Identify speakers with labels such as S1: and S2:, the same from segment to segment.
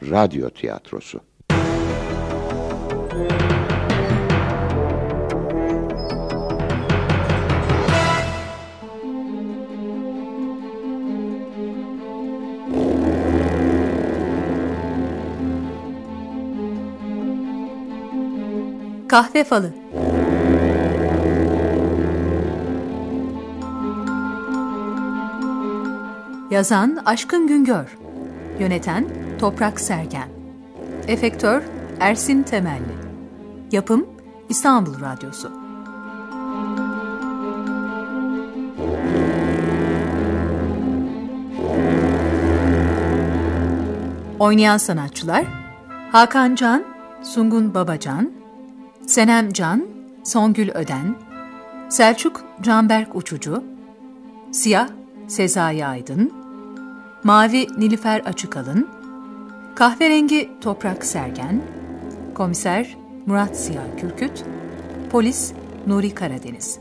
S1: radyo tiyatrosu.
S2: Kahve falı. Yazan Aşkın Güngör. Yöneten Toprak Sergen. Efektör Ersin Temelli. Yapım İstanbul Radyosu. Oynayan sanatçılar Hakan Can, Sungun Babacan, Senem Can, Songül Öden, Selçuk Canberk Uçucu, Siyah Sezai Aydın, Mavi Nilüfer Açıkalın, Kahverengi Toprak Sergen, Komiser Murat Siyah Kürküt, Polis Nuri Karadeniz.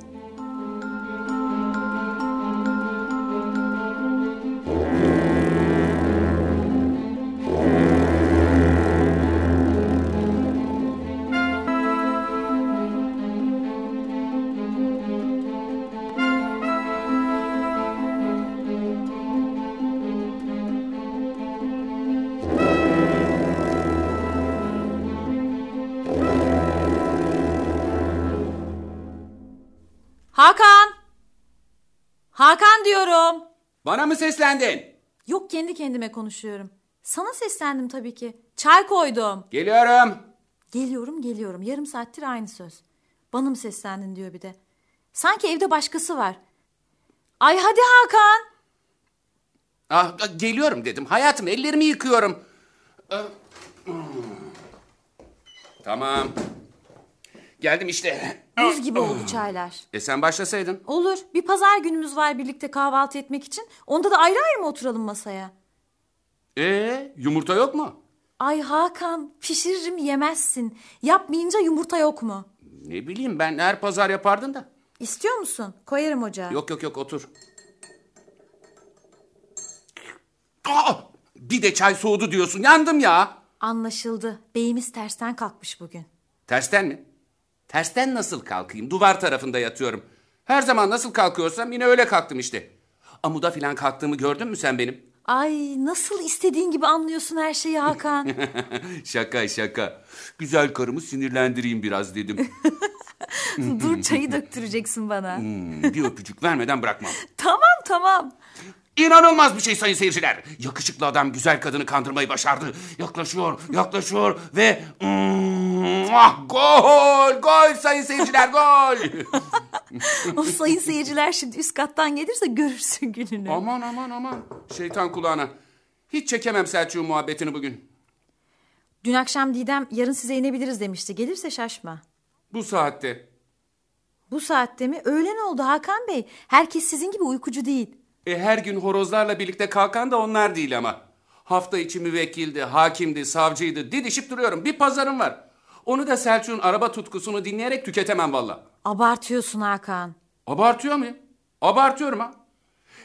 S3: Hakan! Hakan diyorum.
S4: Bana mı seslendin?
S3: Yok kendi kendime konuşuyorum. Sana seslendim tabii ki. Çay koydum.
S4: Geliyorum.
S3: Geliyorum geliyorum. Yarım saattir aynı söz. Bana mı seslendin diyor bir de. Sanki evde başkası var. Ay hadi Hakan.
S4: Ah, ah, geliyorum dedim. Hayatım ellerimi yıkıyorum. Ah, hmm. Tamam. Geldim işte.
S3: Buz gibi oldu çaylar.
S4: E sen başlasaydın.
S3: Olur. Bir pazar günümüz var birlikte kahvaltı etmek için. Onda da ayrı ayrı mı oturalım masaya?
S4: Ee, yumurta yok mu?
S3: Ay Hakan pişiririm yemezsin. Yapmayınca yumurta yok mu?
S4: Ne bileyim ben her pazar yapardın da.
S3: İstiyor musun? Koyarım ocağa.
S4: Yok yok yok otur. Aa, Ah, bir de çay soğudu diyorsun. Yandım ya.
S3: Anlaşıldı. Beyimiz tersten kalkmış bugün.
S4: Tersten mi? Tersten nasıl kalkayım? Duvar tarafında yatıyorum. Her zaman nasıl kalkıyorsam yine öyle kalktım işte. Amuda filan kalktığımı gördün mü sen benim?
S3: Ay nasıl istediğin gibi anlıyorsun her şeyi Hakan.
S4: şaka şaka. Güzel karımı sinirlendireyim biraz dedim.
S3: Dur çayı döktüreceksin bana.
S4: Hmm, bir öpücük vermeden bırakmam.
S3: tamam tamam.
S4: İnanılmaz bir şey sayın seyirciler. Yakışıklı adam güzel kadını kandırmayı başardı. Yaklaşıyor, yaklaşıyor ve... Hmm, ah, gol, gol sayın seyirciler, gol.
S3: O sayın seyirciler şimdi üst kattan gelirse görürsün gününü.
S4: aman aman aman. Şeytan kulağına. Hiç çekemem Selçuk'un muhabbetini bugün.
S3: Dün akşam Didem yarın size inebiliriz demişti. Gelirse şaşma.
S4: Bu saatte.
S3: Bu saatte mi? Öğlen oldu Hakan Bey. Herkes sizin gibi uykucu değil.
S4: E her gün horozlarla birlikte kalkan da onlar değil ama. Hafta içi müvekkildi, hakimdi, savcıydı. Didişip duruyorum. Bir pazarım var. Onu da Selçuk'un araba tutkusunu dinleyerek tüketemem valla.
S3: Abartıyorsun Hakan.
S4: Abartıyor muyum? Abartıyorum ha.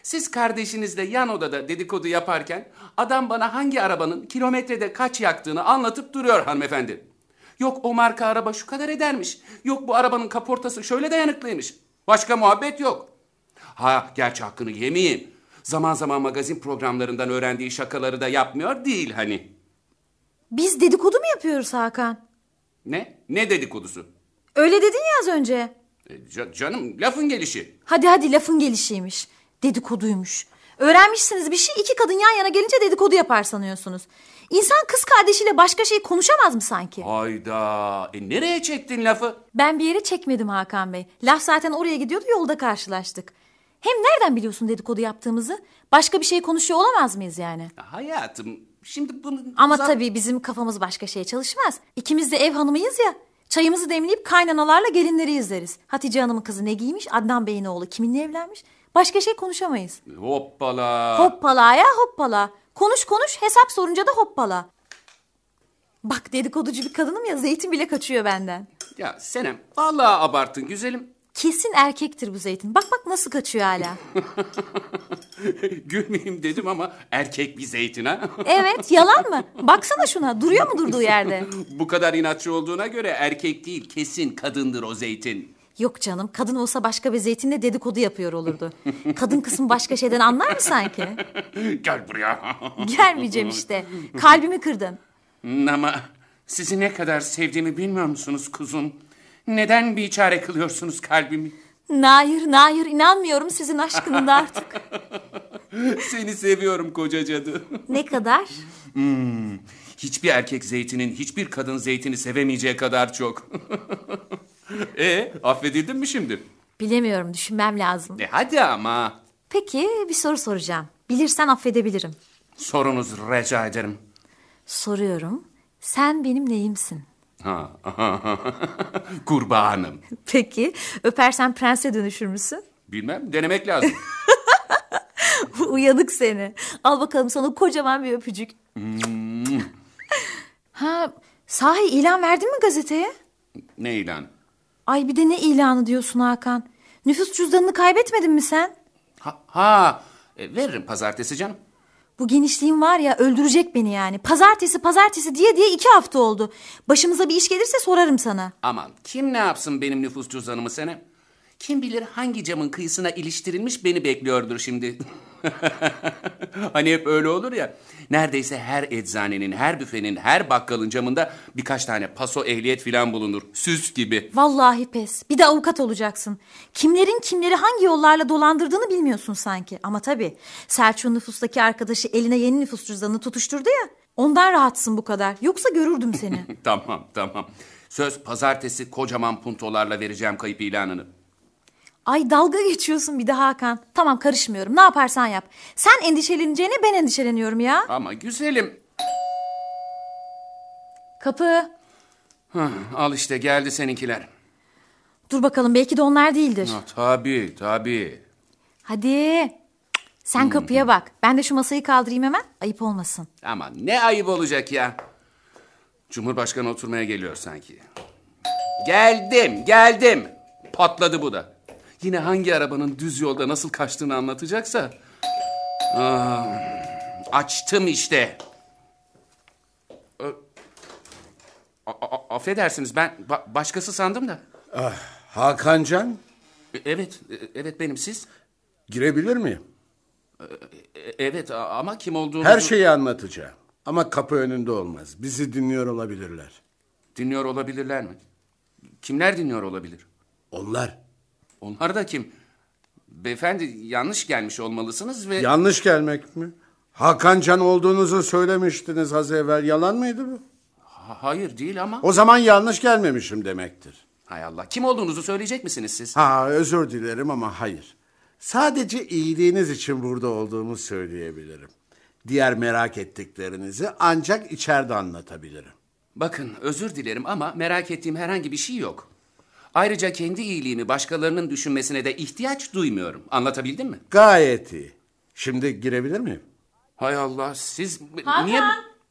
S4: Siz kardeşinizle yan odada dedikodu yaparken adam bana hangi arabanın kilometrede kaç yaktığını anlatıp duruyor hanımefendi. Yok o marka araba şu kadar edermiş. Yok bu arabanın kaportası şöyle dayanıklıymış. Başka muhabbet yok. Ha gerçi hakkını yemeyeyim. Zaman zaman magazin programlarından öğrendiği şakaları da yapmıyor değil hani.
S3: Biz dedikodu mu yapıyoruz Hakan?
S4: Ne? Ne dedikodusu?
S3: Öyle dedin ya az önce.
S4: E, ca- canım lafın gelişi.
S3: Hadi hadi lafın gelişiymiş. Dedikoduymuş. Öğrenmişsiniz bir şey iki kadın yan yana gelince dedikodu yapar sanıyorsunuz. İnsan kız kardeşiyle başka şey konuşamaz mı sanki?
S4: Hayda. E nereye çektin lafı?
S3: Ben bir yere çekmedim Hakan Bey. Laf zaten oraya gidiyordu yolda karşılaştık. Hem nereden biliyorsun dedikodu yaptığımızı? Başka bir şey konuşuyor olamaz mıyız yani?
S4: Hayatım şimdi bunu...
S3: Ama
S4: Zaten-
S3: tabii bizim kafamız başka şeye çalışmaz. İkimiz de ev hanımıyız ya. Çayımızı demleyip kaynanalarla gelinleri izleriz. Hatice Hanım'ın kızı ne giymiş, Adnan Bey'in oğlu kiminle evlenmiş. Başka şey konuşamayız.
S4: Hoppala.
S3: Hoppala ya hoppala. Konuş konuş hesap sorunca da hoppala. Bak dedikoducu bir kadınım ya zeytin bile kaçıyor benden.
S4: Ya Senem vallahi abarttın güzelim.
S3: Kesin erkektir bu Zeytin. Bak bak nasıl kaçıyor hala.
S4: Gülmeyeyim dedim ama erkek bir zeytin ha.
S3: Evet yalan mı? Baksana şuna duruyor mu durduğu yerde?
S4: Bu kadar inatçı olduğuna göre erkek değil kesin kadındır o zeytin.
S3: Yok canım kadın olsa başka bir zeytinle dedikodu yapıyor olurdu. Kadın kısmı başka şeyden anlar mı sanki?
S4: Gel buraya.
S3: Gelmeyeceğim işte. Kalbimi kırdın.
S4: Hmm, Ama sizi ne kadar sevdiğimi bilmiyor musunuz kuzum? Neden bir çare kılıyorsunuz kalbimi?
S3: Nair, nair inanmıyorum sizin aşkınında artık.
S4: Seni seviyorum koca cadı.
S3: Ne kadar?
S4: Hiçbir erkek zeytinin hiçbir kadın zeytini sevemeyeceği kadar çok. e affedildin mi şimdi?
S3: Bilemiyorum, düşünmem lazım.
S4: E hadi ama.
S3: Peki, bir soru soracağım. Bilirsen affedebilirim.
S4: Sorunuz rica ederim.
S3: Soruyorum, sen benim neyimsin?
S4: Ha, kurbanım.
S3: Peki, öpersen prense dönüşür müsün?
S4: Bilmem denemek lazım.
S3: Uyanık seni. Al bakalım sana kocaman bir öpücük. ha, sahi ilan verdin mi gazeteye?
S4: ne ilan?
S3: Ay bir de ne ilanı diyorsun Hakan? Nüfus cüzdanını kaybetmedin mi sen?
S4: Ha, ha e, veririm pazartesi canım.
S3: Bu genişliğin var ya öldürecek beni yani. Pazartesi pazartesi diye diye iki hafta oldu. Başımıza bir iş gelirse sorarım sana.
S4: Aman kim ne yapsın benim nüfus cüzdanımı senem? Kim bilir hangi camın kıyısına iliştirilmiş beni bekliyordur şimdi. hani hep öyle olur ya. Neredeyse her eczanenin, her büfenin, her bakkalın camında birkaç tane paso ehliyet filan bulunur. Süs gibi.
S3: Vallahi pes. Bir de avukat olacaksın. Kimlerin kimleri hangi yollarla dolandırdığını bilmiyorsun sanki. Ama tabii Selçuk'un nüfustaki arkadaşı eline yeni nüfus cüzdanını tutuşturdu ya. Ondan rahatsın bu kadar. Yoksa görürdüm seni.
S4: tamam, tamam. Söz pazartesi kocaman puntolarla vereceğim kayıp ilanını.
S3: Ay dalga geçiyorsun bir de Hakan. Tamam karışmıyorum. Ne yaparsan yap. Sen endişeleneceğine ben endişeleniyorum ya.
S4: Ama güzelim.
S3: Kapı.
S4: Hah, al işte geldi seninkiler.
S3: Dur bakalım belki de onlar değildir.
S4: Ha, tabii, tabii.
S3: Hadi.
S4: Hmm.
S3: Sen kapıya bak. Ben de şu masayı kaldırayım hemen. Ayıp olmasın.
S4: Ama ne ayıp olacak ya. Cumhurbaşkanı oturmaya geliyor sanki. Geldim, geldim. Patladı bu da. Yine hangi arabanın düz yolda nasıl kaçtığını anlatacaksa. Aa, açtım işte. Ö- A- a- affedersiniz ben ba- başkası sandım da.
S1: Hakancan
S4: E- Evet, e- evet benim siz.
S1: girebilir miyim?
S4: E- Evet a- ama kim olduğunu
S1: Her şey- şeyi anlatacağım. Ama kapı önünde olmaz. Bizi dinliyor olabilirler.
S4: dinliyor olabilirler mi? Kimler dinliyor olabilir?
S1: Onlar.
S4: Onlar da kim? Beyefendi yanlış gelmiş olmalısınız ve...
S1: Yanlış gelmek mi? Hakancan olduğunuzu söylemiştiniz az evvel. Yalan mıydı bu?
S4: Ha- hayır değil ama...
S1: O zaman yanlış gelmemişim demektir.
S4: Hay Allah. Kim olduğunuzu söyleyecek misiniz siz?
S1: Ha özür dilerim ama hayır. Sadece iyiliğiniz için burada olduğumu söyleyebilirim. Diğer merak ettiklerinizi ancak içeride anlatabilirim.
S4: Bakın özür dilerim ama merak ettiğim herhangi bir şey yok. Ayrıca kendi iyiliğimi başkalarının düşünmesine de ihtiyaç duymuyorum. Anlatabildim mi?
S1: Gayet iyi. Şimdi girebilir miyim?
S4: Hay Allah siz niye...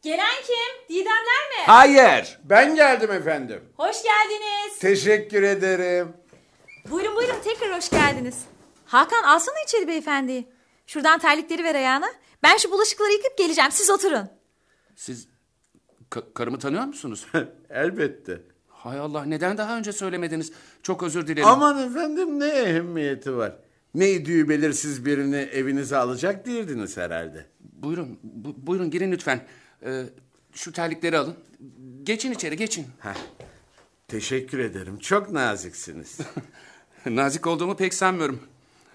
S3: Gelen kim? Didemler mi?
S4: Hayır.
S1: Ben geldim efendim.
S3: Hoş geldiniz.
S1: Teşekkür ederim.
S3: Buyurun buyurun tekrar hoş geldiniz. Hakan alsana içeri beyefendiyi. Şuradan terlikleri ver ayağına. Ben şu bulaşıkları yıkıp geleceğim. Siz oturun.
S4: Siz ka- karımı tanıyor musunuz?
S1: Elbette.
S4: Hay Allah neden daha önce söylemediniz? Çok özür dilerim.
S1: Aman efendim ne ehemmiyeti var. Ne idüğü belirsiz birini evinize alacak değildiniz herhalde.
S4: Buyurun, bu- buyurun girin lütfen. Ee, şu terlikleri alın. Geçin içeri, geçin.
S1: Heh. Teşekkür ederim. Çok naziksiniz.
S4: Nazik olduğumu pek sanmıyorum.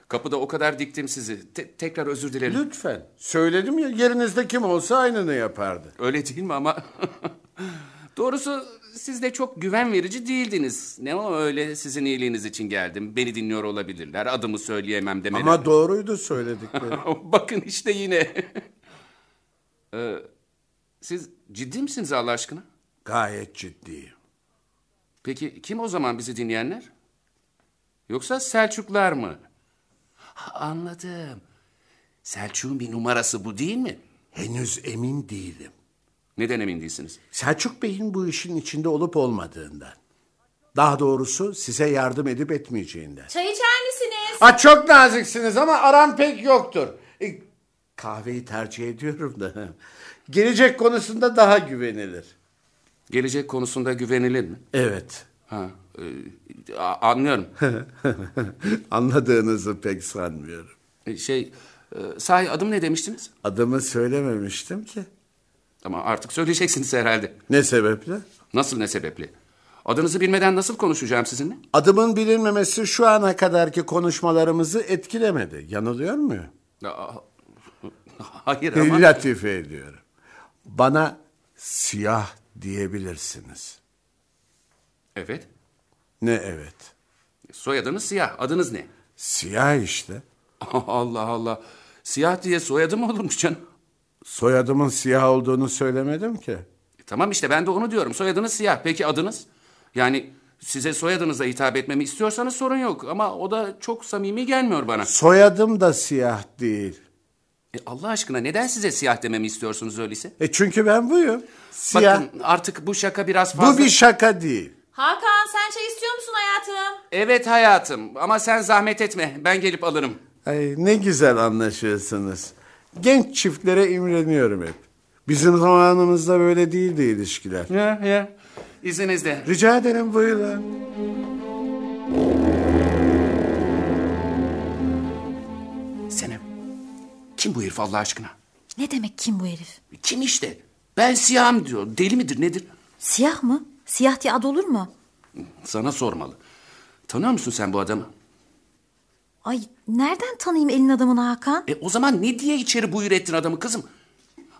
S4: Kapıda o kadar diktim sizi. Te- tekrar özür dilerim.
S1: Lütfen. Söyledim ya yerinizde kim olsa aynını yapardı.
S4: Öyle değil mi ama? Doğrusu siz de çok güven verici değildiniz. Ne o öyle sizin iyiliğiniz için geldim. Beni dinliyor olabilirler. Adımı söyleyemem demeli.
S1: Ama doğruydu söyledikleri.
S4: Bakın işte yine. Ee, siz ciddi misiniz Allah aşkına?
S1: Gayet ciddiyim.
S4: Peki kim o zaman bizi dinleyenler? Yoksa Selçuklar mı? Ha, anladım. Selçuk'un bir numarası bu değil mi?
S1: Henüz emin değilim.
S4: Neden emin değilsiniz?
S1: Selçuk Bey'in bu işin içinde olup olmadığından. Daha doğrusu size yardım edip etmeyeceğinden.
S5: Çay içer misiniz?
S1: Ha, çok naziksiniz ama aram pek yoktur. E, kahveyi tercih ediyorum da. Gelecek konusunda daha güvenilir.
S4: Gelecek konusunda güvenilir mi?
S1: Evet.
S4: Ha, e, a- anlıyorum.
S1: Anladığınızı pek sanmıyorum.
S4: E, şey, e, sahi adım ne demiştiniz?
S1: Adımı söylememiştim ki.
S4: Ama artık söyleyeceksiniz herhalde.
S1: Ne sebeple?
S4: Nasıl ne sebeple? Adınızı bilmeden nasıl konuşacağım sizinle?
S1: Adımın bilinmemesi şu ana kadarki konuşmalarımızı etkilemedi. Yanılıyor muyum?
S4: Aa, Hayır ama...
S1: E, Latife ediyorum. Bana siyah diyebilirsiniz.
S4: Evet.
S1: Ne evet?
S4: Soyadınız siyah. Adınız ne?
S1: Siyah işte.
S4: Allah Allah. Siyah diye soyadı mı olurmuş canım?
S1: Soyadımın siyah olduğunu söylemedim ki.
S4: E, Tamam işte ben de onu diyorum. Soyadınız siyah. Peki adınız? Yani size soyadınıza hitap etmemi istiyorsanız sorun yok. Ama o da çok samimi gelmiyor bana.
S1: Soyadım da siyah değil.
S4: E, Allah aşkına neden size siyah dememi istiyorsunuz öyleyse?
S1: E çünkü ben buyum. Siyah.
S4: Bakın artık bu şaka biraz fazla...
S1: Bu bir şaka değil.
S5: Hakan sen çay istiyor musun hayatım?
S4: Evet hayatım ama sen zahmet etme. Ben gelip alırım.
S1: Ay, ne güzel anlaşıyorsunuz. Genç çiftlere imreniyorum hep. Bizim zamanımızda böyle değildi ilişkiler.
S4: Ya ya. İzninizle.
S1: Rica ederim buyurun.
S4: Senem. Kim bu herif Allah aşkına?
S3: Ne demek kim bu herif?
S4: Kim işte? Ben siyahım diyor. Deli midir nedir?
S3: Siyah mı? Siyah diye ad olur mu?
S4: Sana sormalı. Tanıyor musun sen bu adamı?
S3: Ay nereden tanıyayım elin adamını Hakan?
S4: E o zaman ne diye içeri buyur ettin adamı kızım?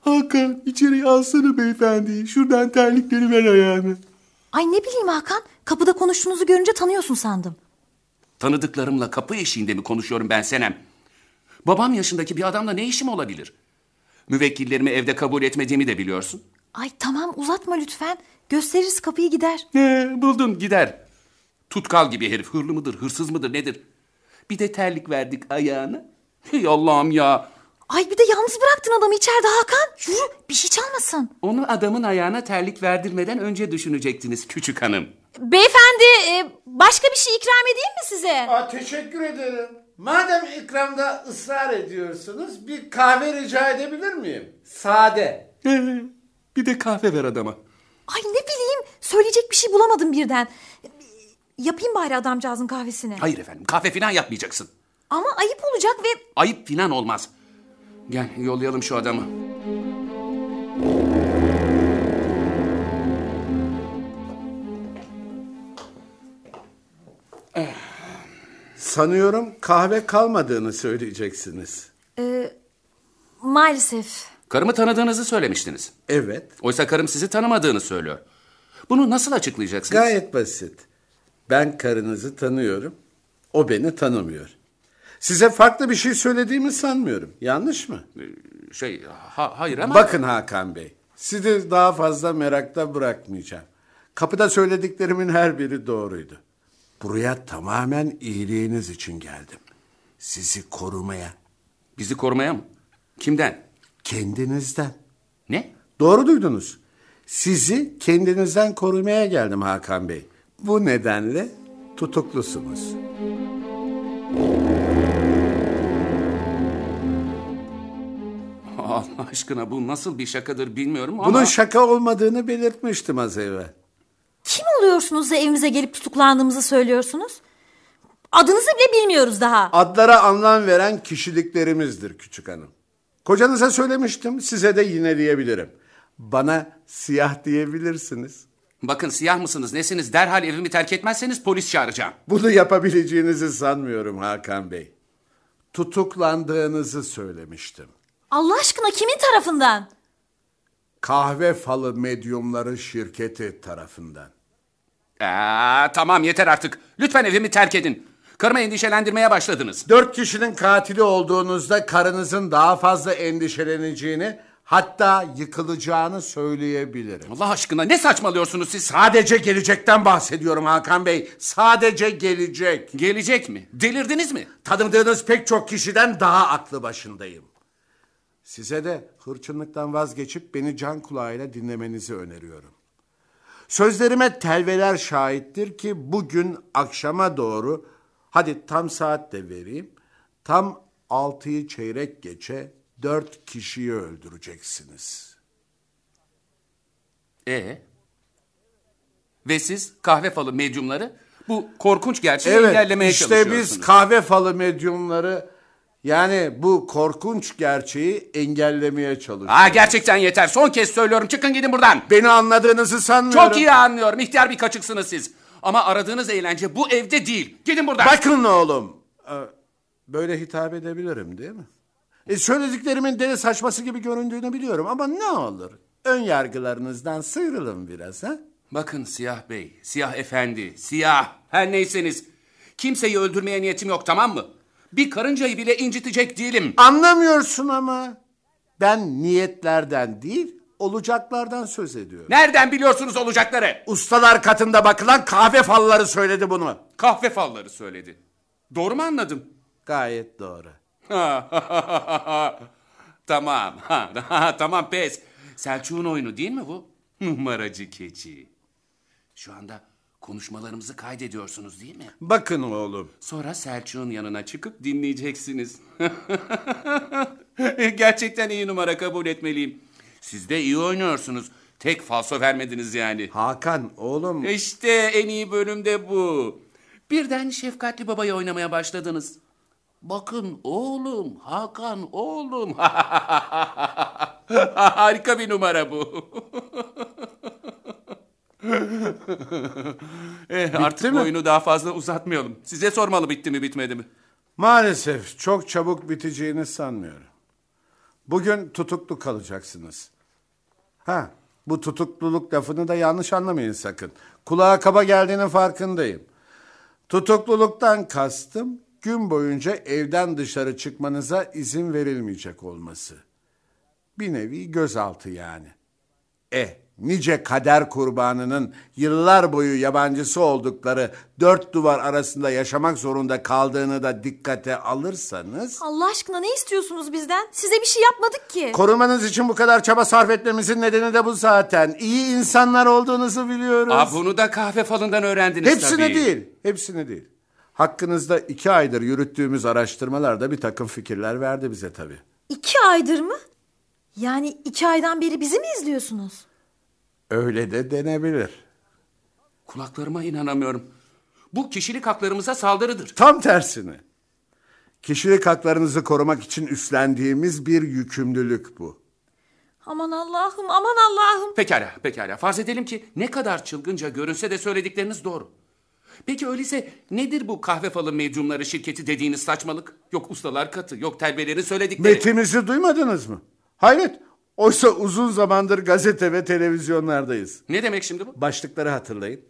S6: Hakan içeriye alsana beyefendi. Şuradan terlikleri ver ayağını.
S3: Ay ne bileyim Hakan kapıda konuştuğunuzu görünce tanıyorsun sandım.
S4: Tanıdıklarımla kapı eşiğinde mi konuşuyorum ben Senem? Babam yaşındaki bir adamla ne işim olabilir? Müvekkillerimi evde kabul etmediğimi de biliyorsun.
S3: Ay tamam uzatma lütfen. Gösteririz kapıyı gider.
S4: Ne buldum gider. Tutkal gibi herif hırlı mıdır hırsız mıdır nedir? Bir de terlik verdik ayağına. Hey Allah'ım ya.
S3: Ay bir de yalnız bıraktın adamı içeride Hakan. Yürü bir şey çalmasın.
S4: Onu adamın ayağına terlik verdirmeden önce düşünecektiniz küçük hanım.
S5: Beyefendi e, başka bir şey ikram edeyim mi size?
S1: Aa, teşekkür ederim. Madem ikramda ısrar ediyorsunuz bir kahve rica edebilir miyim? Sade.
S4: bir de kahve ver adama.
S3: Ay ne bileyim söyleyecek bir şey bulamadım birden. Yapayım bari adamcağızın kahvesini.
S4: Hayır efendim kahve filan yapmayacaksın.
S3: Ama ayıp olacak ve
S4: Ayıp filan olmaz. Gel yollayalım şu adamı.
S1: Sanıyorum kahve kalmadığını söyleyeceksiniz.
S3: e, maalesef.
S4: Karımı tanıdığınızı söylemiştiniz.
S1: Evet.
S4: Oysa karım sizi tanımadığını söylüyor. Bunu nasıl açıklayacaksınız?
S1: Gayet basit. Ben karınızı tanıyorum. O beni tanımıyor. Size farklı bir şey söylediğimi sanmıyorum. Yanlış mı?
S4: Şey, ha- hayır ama...
S1: Bakın Hakan Bey. Sizi daha fazla merakta bırakmayacağım. Kapıda söylediklerimin her biri doğruydu. Buraya tamamen iyiliğiniz için geldim. Sizi korumaya,
S4: Bizi korumaya mı? Kimden?
S1: kendinizden.
S4: Ne?
S1: Doğru duydunuz. Sizi kendinizden korumaya geldim Hakan Bey. Bu nedenle tutuklusunuz.
S4: Allah aşkına bu nasıl bir şakadır bilmiyorum ama...
S1: Bunun şaka olmadığını belirtmiştim az evvel.
S3: Kim oluyorsunuz da evimize gelip tutuklandığımızı söylüyorsunuz? Adınızı bile bilmiyoruz daha.
S1: Adlara anlam veren kişiliklerimizdir küçük hanım. Kocanıza söylemiştim, size de yine diyebilirim. Bana siyah diyebilirsiniz.
S4: Bakın siyah mısınız nesiniz derhal evimi terk etmezseniz polis çağıracağım.
S1: Bunu yapabileceğinizi sanmıyorum Hakan Bey. Tutuklandığınızı söylemiştim.
S3: Allah aşkına kimin tarafından?
S1: Kahve falı medyumları şirketi tarafından.
S4: Aa, tamam yeter artık. Lütfen evimi terk edin. Karımı endişelendirmeye başladınız.
S1: Dört kişinin katili olduğunuzda karınızın daha fazla endişeleneceğini hatta yıkılacağını söyleyebilirim.
S4: Allah aşkına ne saçmalıyorsunuz siz? Ha-
S1: Sadece gelecekten bahsediyorum Hakan Bey. Sadece gelecek.
S4: Gelecek mi? Delirdiniz mi?
S1: Tanıdığınız pek çok kişiden daha aklı başındayım. Size de hırçınlıktan vazgeçip beni can kulağıyla dinlemenizi öneriyorum. Sözlerime telveler şahittir ki bugün akşama doğru, hadi tam saat de vereyim, tam altıyı çeyrek geçe dört kişiyi öldüreceksiniz.''
S4: Ee? Ve siz kahve falı medyumları bu korkunç gerçeği engellemeye
S1: işte
S4: çalışıyorsunuz.
S1: biz kahve falı medyumları yani bu korkunç gerçeği engellemeye çalışıyoruz.
S4: Ha gerçekten yeter. Son kez söylüyorum. Çıkın gidin buradan.
S1: Beni anladığınızı sanmıyorum.
S4: Çok iyi anlıyorum. İhtiyar bir kaçıksınız siz. Ama aradığınız eğlence bu evde değil. Gidin buradan.
S1: Bakın oğlum. Ee, Böyle hitap edebilirim değil mi? E söylediklerimin deli saçması gibi göründüğünü biliyorum ama ne olur. Ön yargılarınızdan sıyrılın biraz ha.
S4: Bakın Siyah Bey, Siyah Efendi, Siyah her neyseniz. Kimseyi öldürmeye niyetim yok tamam mı? Bir karıncayı bile incitecek değilim.
S1: Anlamıyorsun ama. Ben niyetlerden değil olacaklardan söz ediyorum.
S4: Nereden biliyorsunuz olacakları?
S1: Ustalar katında bakılan kahve falları söyledi bunu.
S4: Kahve falları söyledi. Doğru mu anladım?
S1: Gayet doğru.
S4: tamam. ha, tamam pes. Selçuk'un oyunu değil mi bu? Numaracı keçi. Şu anda konuşmalarımızı kaydediyorsunuz değil mi?
S1: Bakın oğlum.
S4: Sonra Selçuk'un yanına çıkıp dinleyeceksiniz. Gerçekten iyi numara kabul etmeliyim. Siz de iyi oynuyorsunuz. Tek falso vermediniz yani.
S1: Hakan oğlum.
S4: İşte en iyi bölümde bu. Birden şefkatli babayı oynamaya başladınız. Bakın oğlum, Hakan oğlum. Harika bir numara bu. Eh, artık
S1: mi?
S4: oyunu daha fazla uzatmayalım. Size sormalı bitti mi bitmedi mi?
S1: Maalesef çok çabuk biteceğini sanmıyorum. Bugün tutuklu kalacaksınız. Ha, bu tutukluluk lafını da yanlış anlamayın sakın. Kulağa kaba geldiğinin farkındayım. Tutukluluktan kastım gün boyunca evden dışarı çıkmanıza izin verilmeyecek olması. Bir nevi gözaltı yani. E, nice kader kurbanının yıllar boyu yabancısı oldukları dört duvar arasında yaşamak zorunda kaldığını da dikkate alırsanız...
S3: Allah aşkına ne istiyorsunuz bizden? Size bir şey yapmadık ki.
S1: E, Korumanız için bu kadar çaba sarf etmemizin nedeni de bu zaten. İyi insanlar olduğunuzu biliyoruz.
S4: Aa, bunu da kahve falından öğrendiniz
S1: Hepsini
S4: tabii.
S1: değil, hepsini değil. Hakkınızda iki aydır yürüttüğümüz araştırmalarda bir takım fikirler verdi bize tabii.
S3: İki aydır mı? Yani iki aydan beri bizi mi izliyorsunuz?
S1: Öyle de denebilir.
S4: Kulaklarıma inanamıyorum. Bu kişilik haklarımıza saldırıdır.
S1: Tam tersine. Kişilik haklarınızı korumak için üstlendiğimiz bir yükümlülük bu.
S3: Aman Allah'ım aman Allah'ım.
S4: Pekala, pekala. Farz edelim ki ne kadar çılgınca görünse de söyledikleriniz doğru. Peki öyleyse nedir bu kahve falı medyumları şirketi dediğiniz saçmalık? Yok ustalar katı, yok telbelerin söyledikleri.
S1: Metimizi duymadınız mı? Hayret. Oysa uzun zamandır gazete ve televizyonlardayız.
S4: Ne demek şimdi bu?
S1: Başlıkları hatırlayın.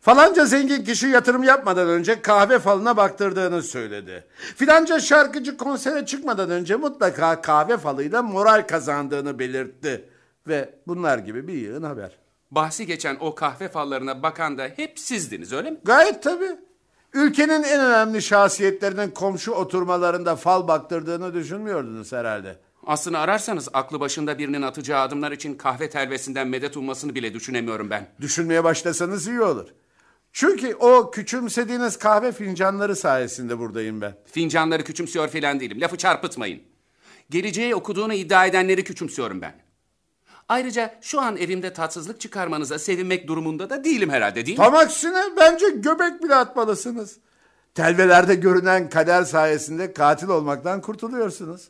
S1: Falanca zengin kişi yatırım yapmadan önce kahve falına baktırdığını söyledi. Filanca şarkıcı konsere çıkmadan önce mutlaka kahve falıyla moral kazandığını belirtti. Ve bunlar gibi bir yığın haber.
S4: Bahsi geçen o kahve fallarına bakan da hep sizdiniz öyle mi?
S1: Gayet tabii. Ülkenin en önemli şahsiyetlerinin komşu oturmalarında fal baktırdığını düşünmüyordunuz herhalde.
S4: Aslını ararsanız aklı başında birinin atacağı adımlar için kahve telvesinden medet ummasını bile düşünemiyorum ben.
S1: Düşünmeye başlasanız iyi olur. Çünkü o küçümsediğiniz kahve fincanları sayesinde buradayım ben.
S4: Fincanları küçümsüyor filan değilim. Lafı çarpıtmayın. Geleceği okuduğunu iddia edenleri küçümsüyorum ben. Ayrıca şu an evimde tatsızlık çıkarmanıza sevinmek durumunda da değilim herhalde değil mi?
S1: Tam aksine bence göbek bile atmalısınız. Telvelerde görünen kader sayesinde katil olmaktan kurtuluyorsunuz.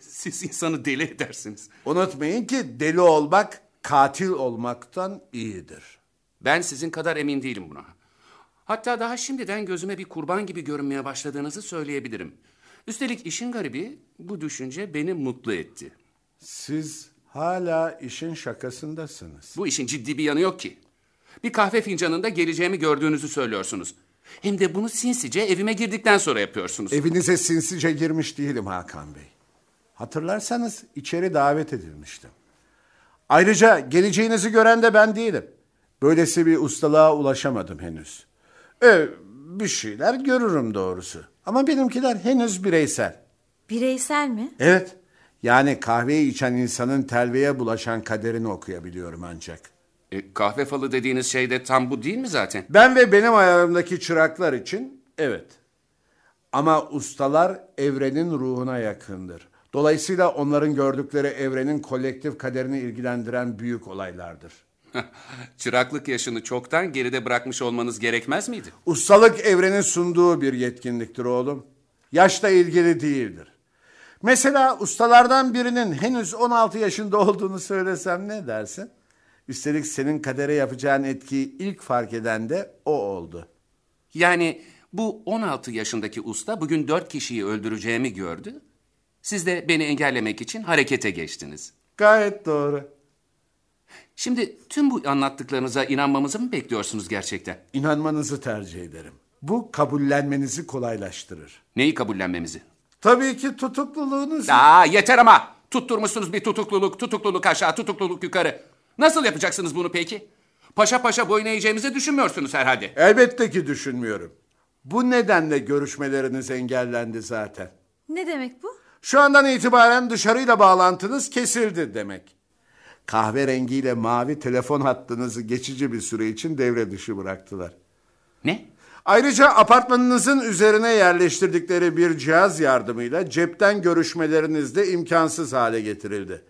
S4: Siz insanı deli edersiniz.
S1: Unutmayın ki deli olmak katil olmaktan iyidir.
S4: Ben sizin kadar emin değilim buna. Hatta daha şimdiden gözüme bir kurban gibi görünmeye başladığınızı söyleyebilirim. Üstelik işin garibi bu düşünce beni mutlu etti.
S1: Siz hala işin şakasındasınız.
S4: Bu işin ciddi bir yanı yok ki. Bir kahve fincanında geleceğimi gördüğünüzü söylüyorsunuz. Hem de bunu sinsice evime girdikten sonra yapıyorsunuz.
S1: Evinize sinsice girmiş değilim Hakan Bey. Hatırlarsanız içeri davet edilmiştim. Ayrıca geleceğinizi gören de ben değilim. Böylesi bir ustalığa ulaşamadım henüz. Ee, bir şeyler görürüm doğrusu. Ama benimkiler henüz bireysel.
S3: Bireysel mi?
S1: Evet. Yani kahveyi içen insanın telveye bulaşan kaderini okuyabiliyorum ancak.
S4: E, kahve falı dediğiniz şey de tam bu değil mi zaten?
S1: Ben ve benim ayarımdaki çıraklar için evet. Ama ustalar evrenin ruhuna yakındır. Dolayısıyla onların gördükleri evrenin kolektif kaderini ilgilendiren büyük olaylardır.
S4: Çıraklık yaşını çoktan geride bırakmış olmanız gerekmez miydi?
S1: Ustalık evrenin sunduğu bir yetkinliktir oğlum. Yaşla ilgili değildir. Mesela ustalardan birinin henüz 16 yaşında olduğunu söylesem ne dersin? Üstelik senin kadere yapacağın etkiyi ilk fark eden de o oldu.
S4: Yani bu 16 yaşındaki usta bugün 4 kişiyi öldüreceğimi gördü. Siz de beni engellemek için harekete geçtiniz.
S1: Gayet doğru.
S4: Şimdi tüm bu anlattıklarınıza inanmamızı mı bekliyorsunuz gerçekten?
S1: İnanmanızı tercih ederim. Bu kabullenmenizi kolaylaştırır.
S4: Neyi kabullenmemizi?
S1: Tabii ki tutukluluğunuz.
S4: Aa yeter ama! Tutturmuşsunuz bir tutukluluk, tutukluluk aşağı, tutukluluk yukarı. Nasıl yapacaksınız bunu peki? Paşa paşa boyun eğeceğimizi düşünmüyorsunuz herhalde.
S1: Elbette ki düşünmüyorum. Bu nedenle görüşmeleriniz engellendi zaten.
S3: Ne demek bu?
S1: Şu andan itibaren dışarıyla bağlantınız kesildi demek. Kahverengiyle mavi telefon hattınızı geçici bir süre için devre dışı bıraktılar.
S4: Ne?
S1: Ayrıca apartmanınızın üzerine yerleştirdikleri bir cihaz yardımıyla cepten görüşmeleriniz de imkansız hale getirildi.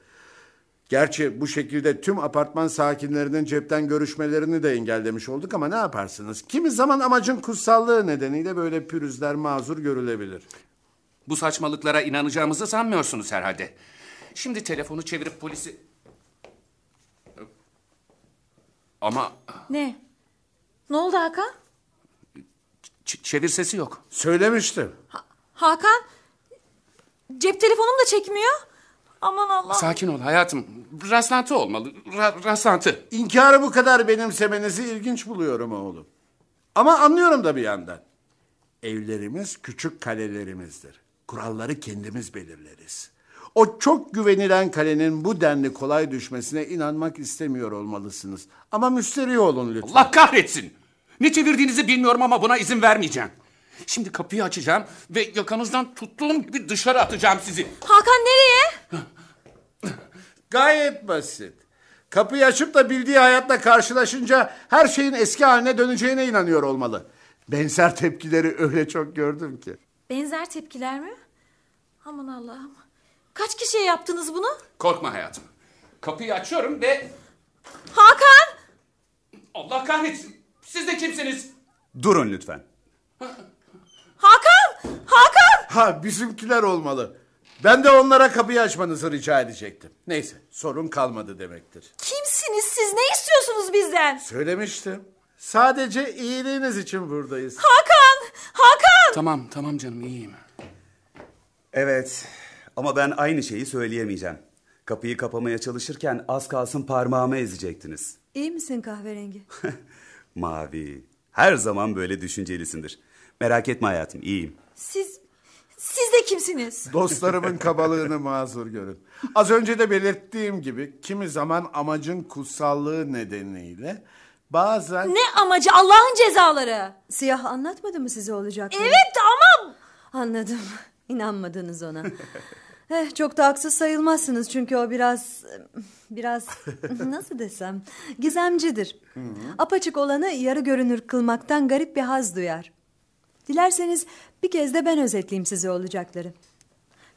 S1: Gerçi bu şekilde tüm apartman sakinlerinin cepten görüşmelerini de engellemiş olduk ama ne yaparsınız? Kimi zaman amacın kutsallığı nedeniyle böyle pürüzler mazur görülebilir.
S4: Bu saçmalıklara inanacağımızı sanmıyorsunuz herhalde. Şimdi telefonu çevirip polisi... Ama
S3: Ne? Ne oldu Hakan?
S4: ç- çevir sesi yok.
S1: Söylemiştim.
S3: Hakan? Cep telefonum da çekmiyor. Aman Allah.
S4: Sakin ol hayatım. Rastlantı olmalı. Ra- rastlantı.
S1: İnkarı bu kadar benimsemenizi ilginç buluyorum oğlum. Ama anlıyorum da bir yandan. Evlerimiz küçük kalelerimizdir. Kuralları kendimiz belirleriz. O çok güvenilen kalenin bu denli kolay düşmesine inanmak istemiyor olmalısınız. Ama müsterih olun lütfen.
S4: Allah kahretsin. Ne çevirdiğinizi bilmiyorum ama buna izin vermeyeceğim. Şimdi kapıyı açacağım ve yakanızdan tuttuğum gibi dışarı atacağım sizi.
S3: Hakan nereye?
S1: Gayet basit. Kapıyı açıp da bildiği hayatla karşılaşınca her şeyin eski haline döneceğine inanıyor olmalı. Benzer tepkileri öyle çok gördüm ki.
S3: Benzer tepkiler mi? Aman Allah'ım. Kaç kişiye yaptınız bunu?
S4: Korkma hayatım. Kapıyı açıyorum ve
S3: Hakan!
S4: Allah kahretsin. Siz de kimsiniz?
S7: Durun lütfen.
S3: Hakan! Hakan!
S1: Ha bizimkiler olmalı. Ben de onlara kapıyı açmanızı rica edecektim. Neyse sorun kalmadı demektir.
S3: Kimsiniz siz? Ne istiyorsunuz bizden?
S1: Söylemiştim. Sadece iyiliğiniz için buradayız.
S3: Hakan! Hakan!
S4: Tamam tamam canım iyiyim.
S7: Evet ama ben aynı şeyi söyleyemeyeceğim. Kapıyı kapamaya çalışırken az kalsın parmağımı ezecektiniz.
S8: İyi misin kahverengi?
S7: Mavi. Her zaman böyle düşüncelisindir. Merak etme hayatım iyiyim.
S3: Siz, siz de kimsiniz?
S1: Dostlarımın kabalığını mazur görün. Az önce de belirttiğim gibi kimi zaman amacın kutsallığı nedeniyle bazen...
S3: Ne amacı Allah'ın cezaları?
S8: Siyah anlatmadı mı size olacakları?
S3: Evet ama
S8: Anladım. İnanmadınız ona. Eh, çok da haksız sayılmazsınız çünkü o biraz... Biraz nasıl desem gizemcidir. Apaçık olanı yarı görünür kılmaktan garip bir haz duyar. Dilerseniz bir kez de ben özetleyeyim size olacakları.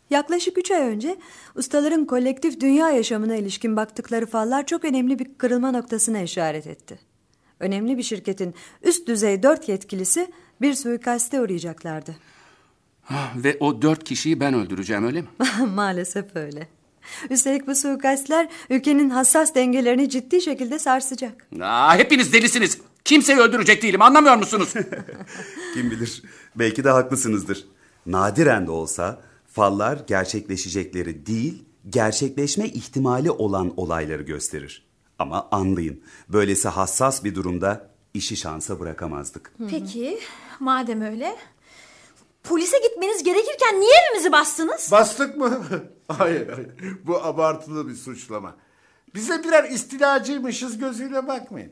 S8: Yaklaşık üç ay önce ustaların kolektif dünya yaşamına ilişkin baktıkları fallar çok önemli bir kırılma noktasına işaret etti. Önemli bir şirketin üst düzey dört yetkilisi bir suikaste uğrayacaklardı.
S4: Ve o dört kişiyi ben öldüreceğim öyle mi?
S8: Maalesef öyle. Üstelik bu suikastler ülkenin hassas dengelerini ciddi şekilde sarsacak.
S4: Aa, hepiniz delisiniz. Kimseyi öldürecek değilim anlamıyor musunuz?
S7: Kim bilir belki de haklısınızdır. Nadiren de olsa fallar gerçekleşecekleri değil gerçekleşme ihtimali olan olayları gösterir. Ama anlayın böylesi hassas bir durumda işi şansa bırakamazdık.
S3: Peki madem öyle polise gitmeniz gerekirken niye evimizi bastınız?
S1: Bastık mı? hayır, hayır. Bu abartılı bir suçlama. Bize birer istilacıymışız gözüyle bakmayın.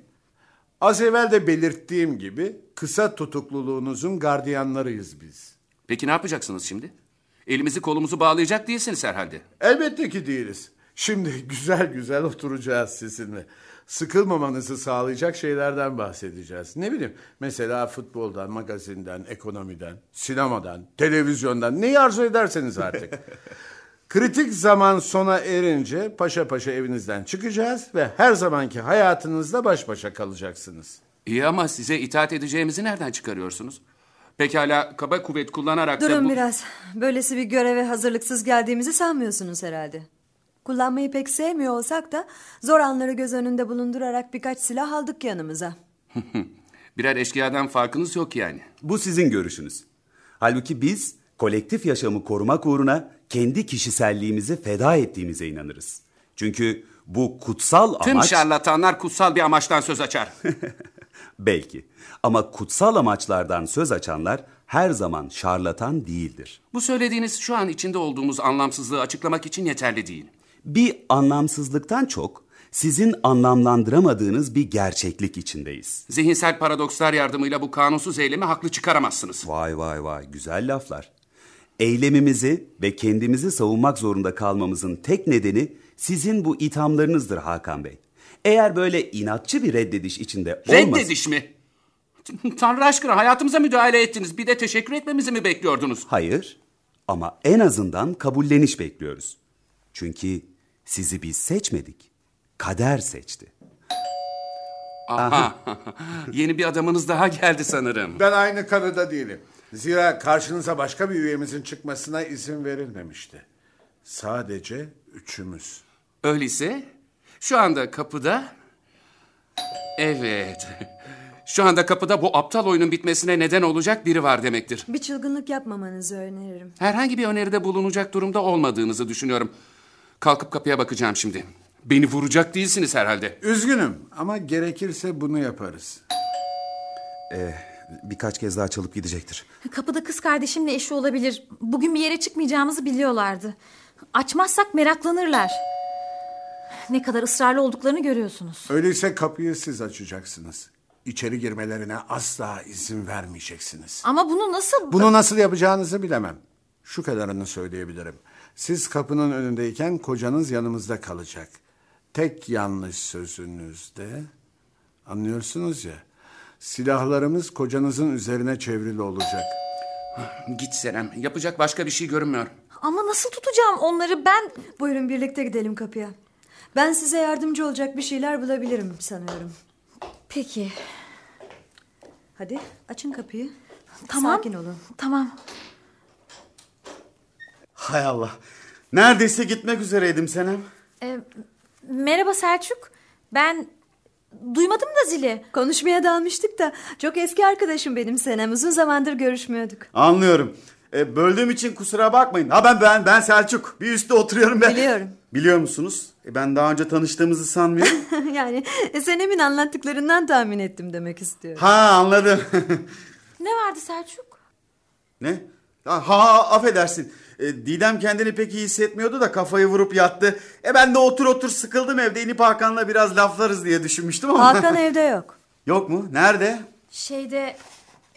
S1: Az evvel de belirttiğim gibi kısa tutukluluğunuzun gardiyanlarıyız biz.
S4: Peki ne yapacaksınız şimdi? Elimizi kolumuzu bağlayacak değilsiniz herhalde.
S1: Elbette ki değiliz. Şimdi güzel güzel oturacağız sizinle. sıkılmamanızı sağlayacak şeylerden bahsedeceğiz. Ne bileyim mesela futboldan, magazinden, ekonomiden, sinemadan, televizyondan neyi arzu ederseniz artık. Kritik zaman sona erince paşa paşa evinizden çıkacağız ve her zamanki hayatınızla baş başa kalacaksınız.
S4: İyi ama size itaat edeceğimizi nereden çıkarıyorsunuz? Pekala kaba kuvvet kullanarak da
S8: Durun
S4: bu...
S8: biraz. Böylesi bir göreve hazırlıksız geldiğimizi sanmıyorsunuz herhalde. Kullanmayı pek sevmiyor olsak da zor anları göz önünde bulundurarak birkaç silah aldık yanımıza.
S4: Birer eşkıyadan farkınız yok yani.
S7: Bu sizin görüşünüz. Halbuki biz kolektif yaşamı korumak uğruna kendi kişiselliğimizi feda ettiğimize inanırız. Çünkü bu kutsal
S4: Tüm
S7: amaç
S4: şarlatanlar kutsal bir amaçtan söz açar.
S7: belki ama kutsal amaçlardan söz açanlar her zaman şarlatan değildir.
S4: bu söylediğiniz şu an içinde olduğumuz anlamsızlığı açıklamak için yeterli değil.
S7: Bir anlamsızlıktan çok sizin anlamlandıramadığınız bir gerçeklik içindeyiz.
S4: Zihinsel paradokslar yardımıyla bu kanunsuz eylemi haklı çıkaramazsınız.
S7: Vay vay vay güzel laflar. Eylemimizi ve kendimizi savunmak zorunda kalmamızın tek nedeni sizin bu ithamlarınızdır Hakan Bey. Eğer böyle inatçı bir reddediş içinde olmas-
S4: Reddediş mi? Tanrı aşkına hayatımıza müdahale ettiniz. Bir de teşekkür etmemizi mi bekliyordunuz?
S7: Hayır ama en azından kabulleniş bekliyoruz. Çünkü sizi biz seçmedik. Kader seçti.
S4: Aha. Yeni bir adamınız daha geldi sanırım.
S1: Ben aynı kanıda değilim. Zira karşınıza başka bir üyemizin çıkmasına izin verilmemişti. Sadece üçümüz.
S4: Öyleyse şu anda kapıda... Evet. Şu anda kapıda bu aptal oyunun bitmesine neden olacak biri var demektir.
S8: Bir çılgınlık yapmamanızı öneririm.
S4: Herhangi bir öneride bulunacak durumda olmadığınızı düşünüyorum. Kalkıp kapıya bakacağım şimdi. Beni vuracak değilsiniz herhalde.
S1: Üzgünüm ama gerekirse bunu yaparız.
S7: Birkaç kez daha çalıp gidecektir.
S3: Kapıda kız kardeşimle eşi olabilir. Bugün bir yere çıkmayacağımızı biliyorlardı. Açmazsak meraklanırlar. Ne kadar ısrarlı olduklarını görüyorsunuz.
S1: Öyleyse kapıyı siz açacaksınız. İçeri girmelerine asla izin vermeyeceksiniz.
S3: Ama bunu nasıl...
S1: Bunu nasıl yapacağınızı bilemem. Şu kadarını söyleyebilirim. Siz kapının önündeyken kocanız yanımızda kalacak. Tek yanlış sözünüz de... Anlıyorsunuz ya. Silahlarımız kocanızın üzerine çevrili olacak.
S4: Git Senem. Yapacak başka bir şey görünmüyor.
S3: Ama nasıl tutacağım onları ben...
S8: Buyurun birlikte gidelim kapıya. Ben size yardımcı olacak bir şeyler bulabilirim sanıyorum.
S3: Peki.
S8: Hadi açın kapıyı.
S3: Tamam.
S8: Sakin olun.
S3: Tamam.
S7: Hay Allah. Neredeyse gitmek üzereydim Senem.
S3: Merhaba Selçuk. Ben... Duymadım da zili.
S8: Konuşmaya dalmıştık da çok eski arkadaşım benim Senem. Uzun zamandır görüşmüyorduk.
S9: Anlıyorum. E, böldüğüm için kusura bakmayın. Ha ben ben ben Selçuk. Bir üstte oturuyorum ben.
S8: Biliyorum.
S9: Biliyor musunuz? E, ben daha önce tanıştığımızı sanmıyorum.
S8: yani Senem'in anlattıklarından tahmin ettim demek istiyorum.
S9: ha anladım.
S3: Ne vardı Selçuk?
S9: ne? Ha, ha affedersin. E, Didem kendini pek iyi hissetmiyordu da kafayı vurup yattı. E ben de otur otur sıkıldım evde inip Hakan'la biraz laflarız diye düşünmüştüm ama.
S8: Hakan evde yok.
S9: Yok mu? Nerede?
S3: Şeyde...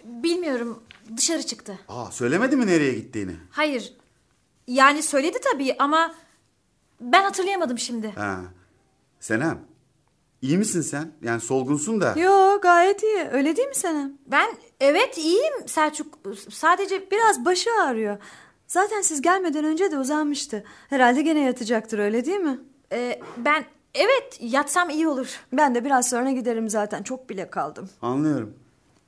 S3: Bilmiyorum. Dışarı çıktı.
S9: Aa söylemedi mi nereye gittiğini?
S3: Hayır. Yani söyledi tabii ama... Ben hatırlayamadım şimdi.
S9: Ha. Senem. İyi misin sen? Yani solgunsun da.
S8: Yo gayet iyi. Öyle değil mi Senem?
S3: Ben evet iyiyim Selçuk. Sadece bir...
S8: Biraz başı ağrıyor. Zaten siz gelmeden önce de uzanmıştı. Herhalde gene yatacaktır öyle değil mi?
S3: e, ben evet yatsam iyi olur.
S8: Ben de biraz sonra giderim zaten. Çok bile kaldım.
S9: Anlıyorum.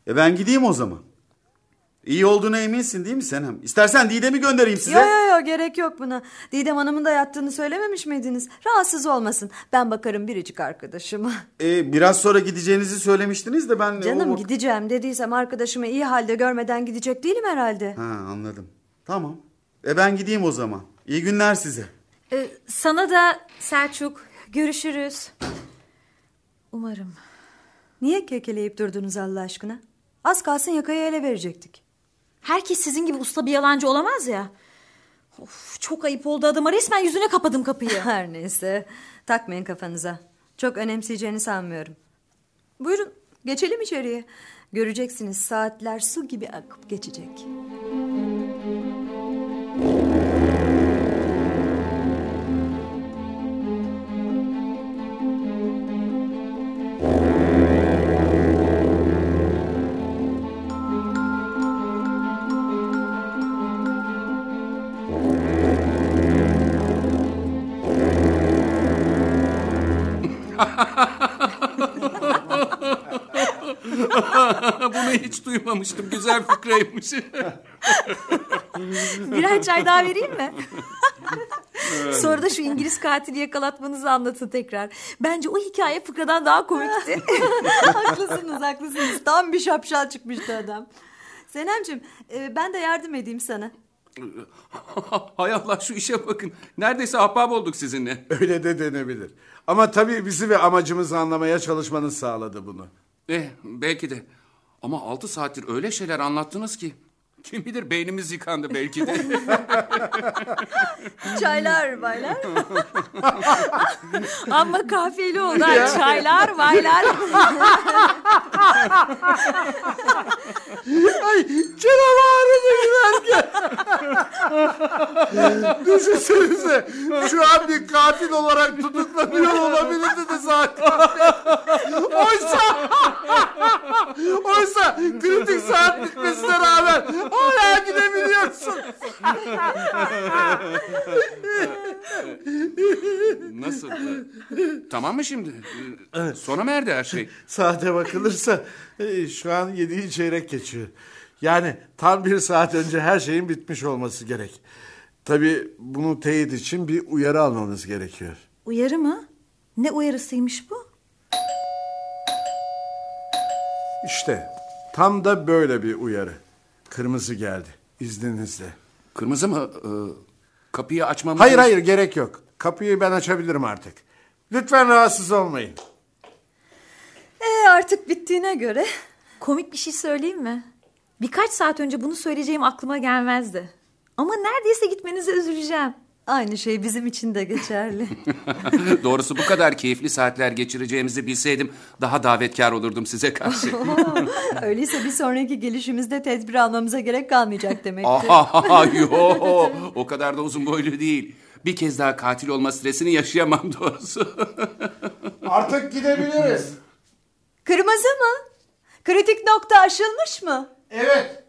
S9: E ben gideyim o zaman. İyi olduğuna eminsin değil mi Senem? İstersen Didem'i göndereyim size.
S8: Yo yo yo gerek yok buna. Didem Hanım'ın da yattığını söylememiş miydiniz? Rahatsız olmasın. Ben bakarım biricik arkadaşıma.
S9: E, biraz sonra gideceğinizi söylemiştiniz de ben...
S8: Canım
S9: o-
S8: gideceğim dediysem arkadaşımı iyi halde görmeden gidecek değilim herhalde.
S9: Ha anladım. Tamam. E ben gideyim o zaman. İyi günler size.
S3: E, sana da Selçuk görüşürüz. Umarım.
S8: Niye kekeleyip durdunuz Allah aşkına? Az kalsın yakayı ele verecektik.
S3: Herkes sizin gibi usla bir yalancı olamaz ya. Of, çok ayıp oldu adama resmen yüzüne kapadım kapıyı.
S8: Her neyse takmayın kafanıza. Çok önemseyeceğini sanmıyorum. Buyurun geçelim içeriye. Göreceksiniz saatler su gibi akıp geçecek.
S4: Bunu hiç duymamıştım. Güzel fikraymış.
S3: Birer çay daha vereyim mi? Sonra da şu İngiliz katili yakalatmanızı anlatın tekrar. Bence o hikaye fıkradan daha komikti.
S8: haklısınız haklısınız. Tam bir şapşal çıkmıştı adam. Senemciğim e, ben de yardım edeyim sana.
S4: Hay Allah şu işe bakın. Neredeyse ahbap olduk sizinle.
S1: Öyle de denebilir. Ama tabii bizi ve amacımızı anlamaya çalışmanız sağladı bunu.
S4: Eh belki de. Ama altı saattir öyle şeyler anlattınız ki. Kim bilir beynimiz yıkandı belki de.
S8: Çaylar baylar.
S3: Ama kafiyeli oldu. ha. Çaylar, baylar.
S1: Ay canavarı dediler ki. Düşünsenize şu an bir katil olarak tutuklanıyor olabilirdi de zaten. oysa oysa kritik saat bitmesine rağmen hala gidebiliyorsun.
S4: Nasıl? Tamam mı şimdi? Ee, Sona mı erdi her şey?
S1: Saate bakılırsa e, şu an yediği çeyrek geçiyor. Yani tam bir saat önce her şeyin bitmiş olması gerek. Tabii bunu teyit için bir uyarı almamız gerekiyor.
S3: Uyarı mı? Ne uyarısıymış bu?
S1: İşte tam da böyle bir uyarı. Kırmızı geldi izninizle.
S4: Kırmızı mı? Ee, kapıyı açmamız...
S1: Hayır hayır gerek yok. Kapıyı ben açabilirim artık. Lütfen rahatsız olmayın.
S8: E artık bittiğine göre.
S3: Komik bir şey söyleyeyim mi? Birkaç saat önce bunu söyleyeceğim aklıma gelmezdi. Ama neredeyse gitmenize üzüleceğim.
S8: Aynı şey bizim için de geçerli.
S4: Doğrusu bu kadar keyifli saatler geçireceğimizi bilseydim daha davetkar olurdum size karşı.
S8: Öyleyse bir sonraki gelişimizde tedbir almamıza gerek kalmayacak demektir.
S4: Aha, yo, o kadar da uzun boylu değil. Bir kez daha katil olma stresini yaşayamam doğrusu.
S1: Artık gidebiliriz.
S8: Kırmızı mı? Kritik nokta aşılmış mı?
S1: Evet.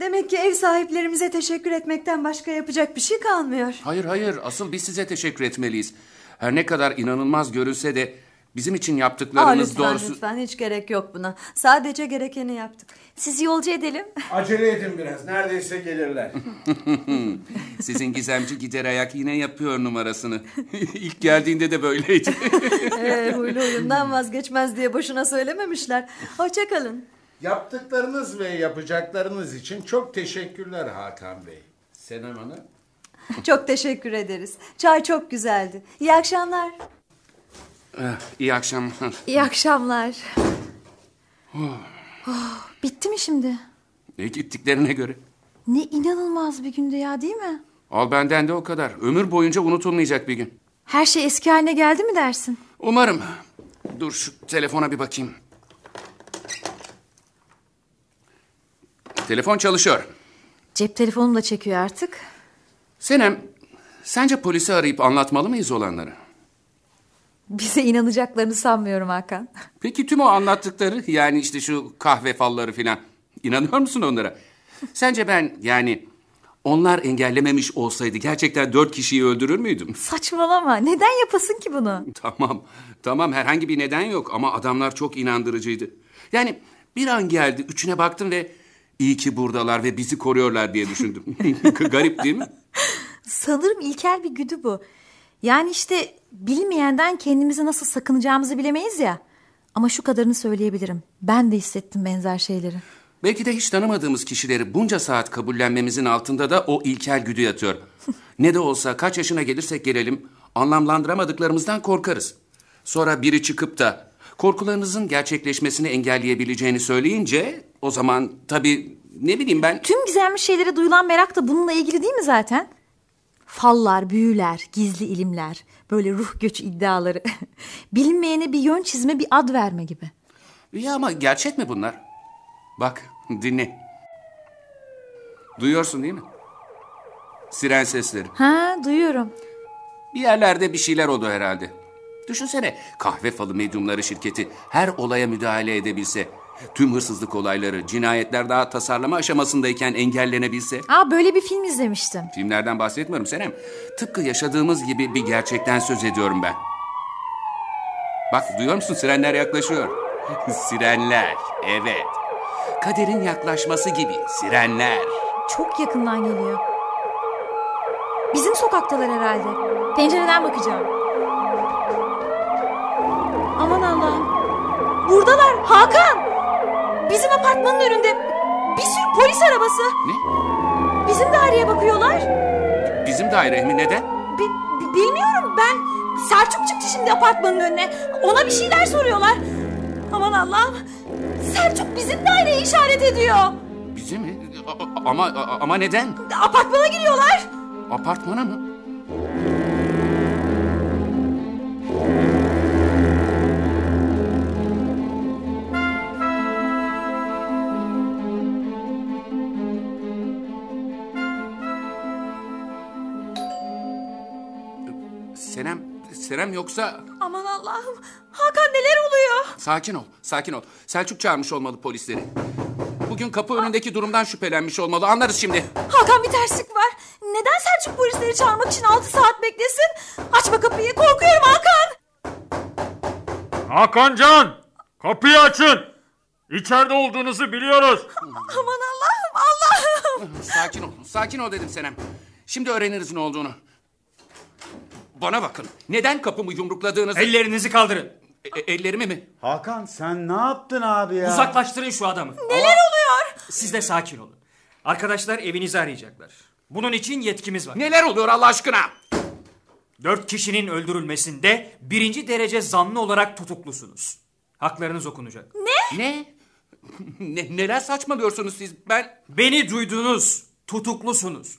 S8: Demek ki ev sahiplerimize teşekkür etmekten başka yapacak bir şey kalmıyor.
S4: hayır hayır asıl biz size teşekkür etmeliyiz. Her ne kadar inanılmaz görünse de bizim için
S8: Aa,
S4: yaptıklarınız
S8: lütfen
S4: doğrusu...
S8: lütfen hiç gerek yok buna. Sadece gerekeni yaptık.
S3: Sizi yolcu edelim.
S1: Acele edin biraz. Neredeyse gelirler.
S4: Sizin gizemci gider ayak yine yapıyor numarasını. İlk geldiğinde de böyleydi.
S8: Ee, huylu huyundan vazgeçmez diye boşuna söylememişler. Hoşçakalın.
S1: Yaptıklarınız ve yapacaklarınız için çok teşekkürler Hakan Bey. Senem Hanım.
S8: Çok teşekkür ederiz. Çay çok güzeldi. İyi akşamlar.
S4: İyi Eh, akşamlar.
S3: İyi akşamlar. Oh, bitti mi şimdi?
S4: E, gittiklerine göre.
S3: Ne inanılmaz bir gündü ya değil mi?
S4: Al benden de o kadar. Ömür boyunca unutulmayacak bir gün.
S3: Her şey eski haline geldi mi dersin?
S4: Umarım. Dur şu telefona bir bakayım. Telefon çalışıyor.
S3: Cep telefonum da çekiyor artık.
S4: Senem, sence polisi arayıp anlatmalı mıyız olanları?
S3: Bize inanacaklarını sanmıyorum Hakan.
S4: Peki tüm o anlattıkları yani işte şu kahve falları filan inanıyor musun onlara? Sence ben yani onlar engellememiş olsaydı gerçekten dört kişiyi öldürür müydüm?
S3: Saçmalama. Neden yapasın ki bunu?
S4: Tamam. Tamam herhangi bir neden yok ama adamlar çok inandırıcıydı. Yani bir an geldi üçüne baktım ve iyi ki buradalar ve bizi koruyorlar diye düşündüm. Garip değil mi?
S3: Sanırım ilkel bir güdü bu. Yani işte bilmeyenden kendimizi nasıl sakınacağımızı bilemeyiz ya. Ama şu kadarını söyleyebilirim. Ben de hissettim benzer şeyleri.
S4: Belki de hiç tanımadığımız kişileri bunca saat kabullenmemizin altında da o ilkel güdü yatıyor. ne de olsa kaç yaşına gelirsek gelelim anlamlandıramadıklarımızdan korkarız. Sonra biri çıkıp da korkularınızın gerçekleşmesini engelleyebileceğini söyleyince o zaman tabii ne bileyim ben
S3: Tüm gizemli şeylere duyulan merak da bununla ilgili değil mi zaten? Fallar, büyüler, gizli ilimler, böyle ruh göçü iddiaları. Bilinmeyene bir yön çizme, bir ad verme gibi.
S4: İyi ama gerçek mi bunlar? Bak dinle. Duyuyorsun değil mi? Siren sesleri.
S3: Ha, duyuyorum.
S4: Bir yerlerde bir şeyler oldu herhalde. Düşünsene kahve falı medyumları şirketi her olaya müdahale edebilse. Tüm hırsızlık olayları, cinayetler daha tasarlama aşamasındayken engellenebilse.
S3: Aa, böyle bir film izlemiştim.
S4: Filmlerden bahsetmiyorum Senem. Tıpkı yaşadığımız gibi bir gerçekten söz ediyorum ben. Bak duyuyor musun sirenler yaklaşıyor. sirenler evet. Kaderin yaklaşması gibi sirenler.
S3: Çok yakından geliyor. Bizim sokaktalar herhalde. Pencereden bakacağım. Aman Allah'ım. Buradalar Hakan. Bizim apartmanın önünde bir sürü polis arabası.
S4: Ne?
S3: Bizim daireye bakıyorlar.
S4: Bizim daire mi neden?
S3: Bi- bi- bilmiyorum ben. Selçuk çıktı şimdi apartmanın önüne. Ona bir şeyler soruyorlar. Aman Allah'ım. Selçuk bizim daireyi işaret ediyor.
S4: Bize mi? A- a- ama a- ama neden?
S3: Apartmana giriyorlar.
S4: Apartmana mı? Senem, Senem yoksa
S3: Aman Allah'ım. Hakan neler oluyor?
S4: Sakin ol, sakin ol. Selçuk çağırmış olmalı polisleri. Bugün kapı önündeki durumdan şüphelenmiş olmalı. Anlarız şimdi.
S3: Hakan bir terslik var. Neden Selçuk polisleri çağırmak için 6 saat beklesin? Açma kapıyı korkuyorum Hakan.
S10: Hakancan! Kapıyı açın! İçeride olduğunuzu biliyoruz.
S3: Aman Allah'ım Allah'ım.
S4: Sakin ol, sakin ol dedim Senem. Şimdi öğreniriz ne olduğunu. Bana bakın. Neden kapımı yumrukladığınızı...
S11: Ellerinizi kaldırın.
S4: E- e- ellerimi mi?
S9: Hakan sen ne yaptın abi ya?
S11: Uzaklaştırın şu adamı.
S3: Neler oluyor?
S11: Siz de sakin olun. Arkadaşlar evinizi arayacaklar. Bunun için yetkimiz var.
S4: Neler oluyor Allah aşkına?
S11: Dört kişinin öldürülmesinde birinci derece zanlı olarak tutuklusunuz. Haklarınız okunacak.
S4: Ne? Ne? neler saçmalıyorsunuz siz? Ben...
S11: Beni duydunuz. Tutuklusunuz.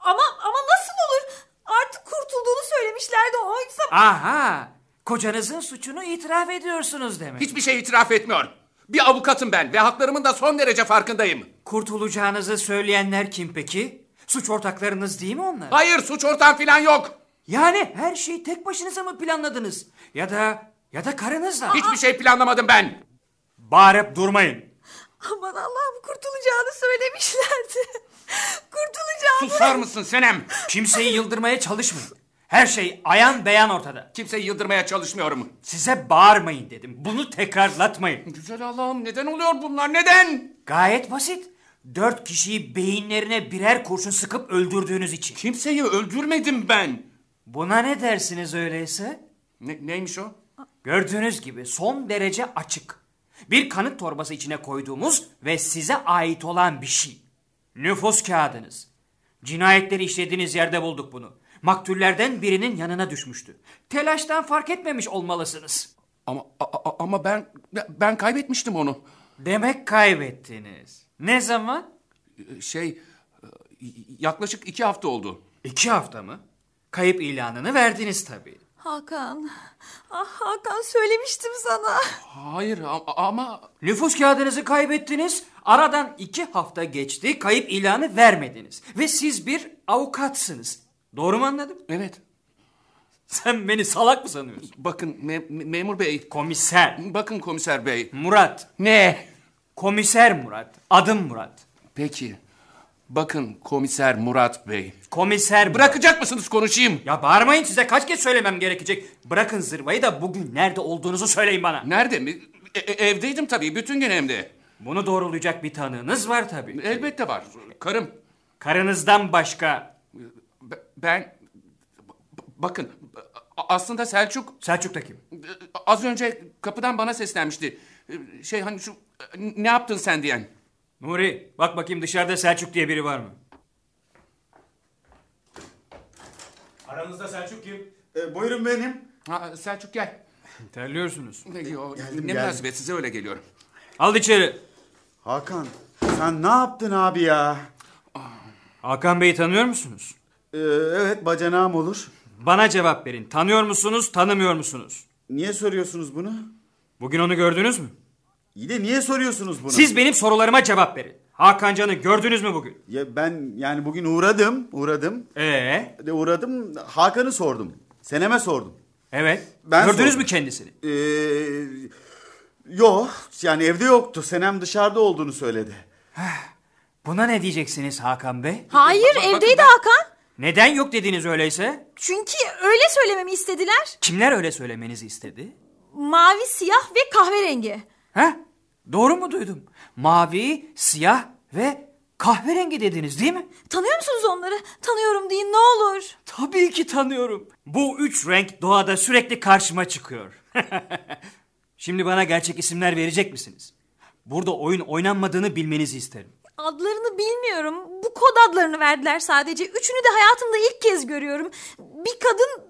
S3: Ama ama nasıl olur? Artık kurtulduğunu söylemişlerdi oysa.
S11: Aha! Kocanızın suçunu itiraf ediyorsunuz demek.
S4: Hiçbir şey itiraf etmiyorum. Bir avukatım ben ve haklarımın da son derece farkındayım.
S11: Kurtulacağınızı söyleyenler kim peki? Suç ortaklarınız değil mi onlar?
S4: Hayır suç ortağım falan yok.
S11: Yani her şeyi tek başınıza mı planladınız? Ya da ya da karınızla?
S4: Hiçbir şey planlamadım ben.
S11: Bağırıp durmayın.
S3: Aman Allah'ım kurtulacağını söylemişlerdi. Kurtulacağını.
S4: Susar mısın Senem?
S11: Kimseyi yıldırmaya çalışmayın. Her şey ayan beyan ortada.
S4: Kimseyi yıldırmaya çalışmıyorum.
S11: Size bağırmayın dedim. Bunu tekrarlatmayın.
S4: Güzel Allah'ım neden oluyor bunlar neden?
S11: Gayet basit. Dört kişiyi beyinlerine birer kurşun sıkıp öldürdüğünüz için.
S4: Kimseyi öldürmedim ben.
S11: Buna ne dersiniz öyleyse?
S4: Ne- neymiş o?
S11: Gördüğünüz gibi son derece açık. Bir kanıt torbası içine koyduğumuz ve size ait olan bir şey. Nüfus kağıdınız. Cinayetleri işlediğiniz yerde bulduk bunu. Maktullerden birinin yanına düşmüştü. Telaştan fark etmemiş olmalısınız.
S4: Ama a- a- ama ben ben kaybetmiştim onu.
S11: Demek kaybettiniz. Ne zaman?
S4: Şey yaklaşık iki hafta oldu.
S11: İki hafta mı? Kayıp ilanını verdiniz tabii.
S3: Hakan. Ah Hakan söylemiştim sana.
S4: Hayır a- ama
S11: Nüfus kağıdınızı kaybettiniz. Aradan iki hafta geçti. Kayıp ilanı vermediniz. Ve siz bir avukatsınız. Doğru mu anladım?
S4: evet
S11: Sen beni salak mı sanıyorsun?
S4: bakın me- me- memur bey
S11: Komiser.
S4: bakın komiser bey.
S11: Murat.
S4: Ne?
S11: Komiser Murat. Adım Murat.
S4: Peki bakın komiser Murat bey.
S11: Komiser Murat.
S4: Bırakacak mısınız konuşayım?
S11: Ya bağırmayın size kaç kez söylemem gerekecek. Bırakın zırvayı da bugün nerede olduğunuzu söyleyin bana.
S4: Nerede mi? E- e- evdeydim tabii bütün gün hem de.
S11: Bunu doğrulayacak bir tanığınız var tabii.
S4: Elbette var. Karım
S11: Karınızdan başka.
S4: be- ben b- bakın a- aslında Selçuk
S11: Selçuk da kim?
S4: Az önce kapıdan bana seslenmişti. Şey hani şu ne yaptın sen diyen.
S11: Nuri bak bakayım dışarıda Selçuk diye biri var mı?
S10: Aranızda Selçuk kim?
S9: E, buyurun benim.
S4: Ha, Selçuk gel.
S11: Terliyorsunuz.
S4: Ne, yo,
S9: Geldim,
S4: ne
S9: geldim.
S4: münasebet size öyle geliyorum.
S11: Al içeri.
S9: Hakan sen ne yaptın abi ya?
S11: Hakan Bey'i tanıyor musunuz?
S9: E, evet bacanağım olur.
S11: Bana cevap verin. Tanıyor musunuz, tanımıyor musunuz?
S9: Niye soruyorsunuz bunu?
S11: Bugün onu gördünüz mü?
S9: İyi de niye soruyorsunuz bunu?
S11: Siz benim sorularıma cevap verin. Hakan Can'ı gördünüz mü bugün?
S9: Ya ben yani bugün uğradım, uğradım.
S11: Ee,
S9: De uğradım, Hakan'ı sordum. Senem'e sordum.
S11: evet.
S9: Ben
S11: gördünüz
S9: sordum.
S11: mü kendisini?
S9: Ee, yok, yani evde yoktu. Senem dışarıda olduğunu söyledi.
S11: Buna ne diyeceksiniz Hakan Bey?
S3: Hayır
S4: bak-
S3: evdeydi
S4: bak-
S3: Hakan.
S11: Neden yok dediniz öyleyse?
S3: Çünkü öyle söylememi istediler.
S11: Kimler öyle söylemenizi istedi?
S3: mavi, siyah ve kahverengi.
S11: He? Doğru mu duydum? Mavi, siyah ve kahverengi dediniz değil mi?
S3: Tanıyor musunuz onları? Tanıyorum deyin ne olur.
S11: Tabii ki tanıyorum. Bu üç renk doğada sürekli karşıma çıkıyor. Şimdi bana gerçek isimler verecek misiniz? Burada oyun oynanmadığını bilmenizi isterim.
S3: Adlarını bilmiyorum. Bu kod adlarını verdiler sadece. Üçünü de hayatımda ilk kez görüyorum. Bir kadın,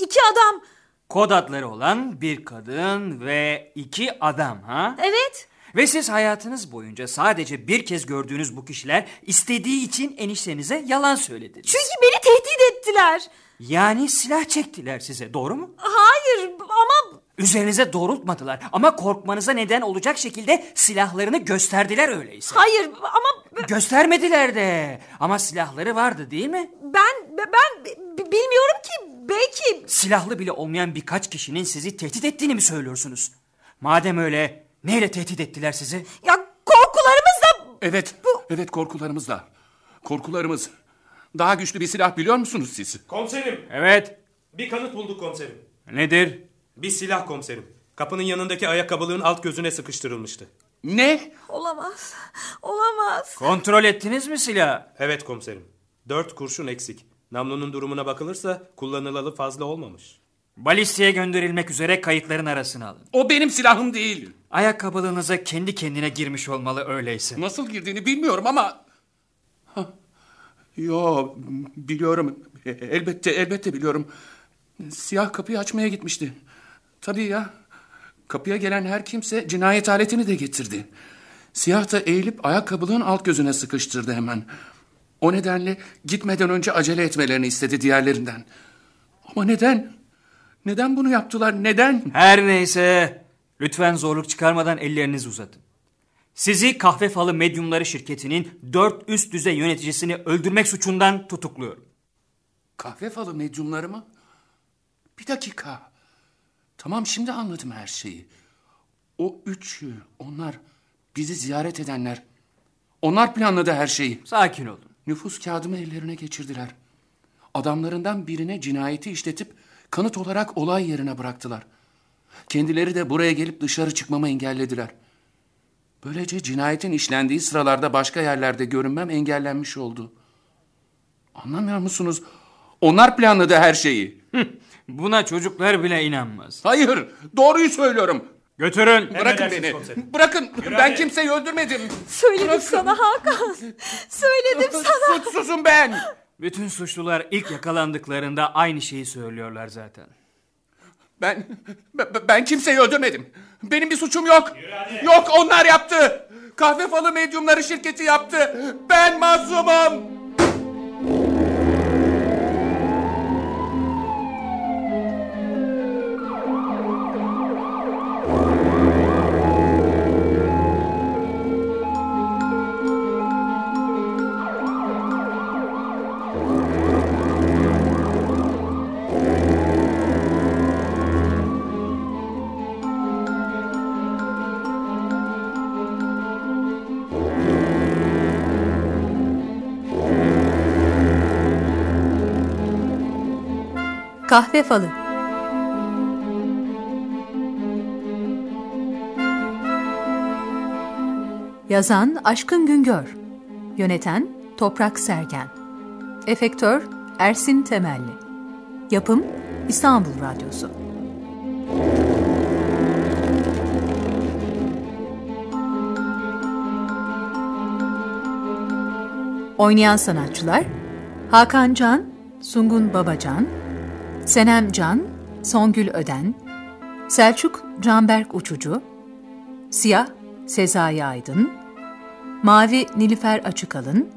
S3: iki adam.
S11: Kod adları olan bir kadın ve iki adam ha?
S3: Evet.
S11: Ve siz hayatınız boyunca sadece bir kez gördüğünüz bu kişiler istediği için eniştenize yalan söylediniz.
S3: Çünkü beni tehdit ettiler.
S11: Yani silah çektiler size doğru mu?
S3: Hayır ama
S11: Üzerinize doğrultmadılar ama korkmanıza neden olacak şekilde silahlarını gösterdiler öyleyse.
S3: hayır ama
S11: Göstermediler de ama silahları vardı değil mi?
S3: ben ben b- bilmiyorum ki belki
S11: Silahlı bile olmayan birkaç kişinin sizi tehdit ettiğini mi söylüyorsunuz? Madem öyle neyle tehdit ettiler sizi?
S3: ya korkularımız da
S4: Evet, evet korkularımızla. Korkularımız. Daha güçlü bir silah biliyor musunuz siz?
S10: Komiserim.
S11: Evet.
S10: Bir kanıt bulduk komiserim.
S11: Nedir?
S10: Bir silah komiserim. Kapının yanındaki ayakkabılığın alt gözüne sıkıştırılmıştı.
S11: Ne?
S3: Olamaz. Olamaz.
S11: Kontrol ettiniz mi silahı?
S10: Evet komiserim. Dört kurşun eksik. Namlunun durumuna bakılırsa kullanılalı fazla olmamış.
S11: Balistiğe gönderilmek üzere kayıtların arasına alın.
S4: O benim silahım değil.
S11: Ayakkabılığınıza kendi kendine girmiş olmalı öyleyse.
S4: Nasıl girdiğini bilmiyorum ama... Hah. Yo, biliyorum. E- Elbette, elbette biliyorum. Siyah kapıyı açmaya gitmişti. Tabii ya. Kapıya gelen her kimse cinayet aletini de getirdi. Siyah da eğilip ayakkabılığın alt gözüne sıkıştırdı hemen. O nedenle gitmeden önce acele etmelerini istedi diğerlerinden. Ama neden? Neden bunu yaptılar? Neden?
S11: Her neyse. Lütfen zorluk çıkarmadan ellerinizi uzatın. Sizi Kahve Falı Medyumları şirketinin dört üst düzey yöneticisini öldürmek suçundan tutukluyorum.
S4: Kahve falı medyumları mı? Bir dakika. Tamam şimdi anladım her şeyi. O üçü, onlar bizi ziyaret edenler. Onlar planladı her şeyi.
S11: Sakin olun.
S4: Nüfus kağıdımı ellerine geçirdiler. Adamlarından birine cinayeti işletip kanıt olarak olay yerine bıraktılar. Kendileri de buraya gelip dışarı çıkmamı engellediler. Böylece cinayetin işlendiği sıralarda başka yerlerde görünmem engellenmiş oldu. Anlamıyor musunuz? Onlar planladı her şeyi.
S11: Buna çocuklar bile inanmaz.
S4: Hayır, doğruyu söylüyorum.
S11: Götürün.
S4: Bırakın beni. Bırakın. Ben kimseyi öldürmedim.
S3: Söyledim sana Hakan. Söyledim sana.
S4: Sus, susun ben.
S11: Bütün suçlular ilk yakalandıklarında aynı şeyi söylüyorlar zaten.
S4: Ben ben- ben kimseyi öldürmedim. Benim bir suçum yok. Yok onlar yaptı. Kahve falı medyumları şirketi yaptı. Ben masumum.
S2: Kahve Falı Yazan Aşkın Güngör Yöneten Toprak Sergen Efektör Ersin Temelli Yapım İstanbul Radyosu Oynayan sanatçılar Hakan Can, Sungun Babacan, Senem Can, Songül Öden, Selçuk Canberk Uçucu, Siyah Sezai Aydın, Mavi Nilüfer Açıkalın,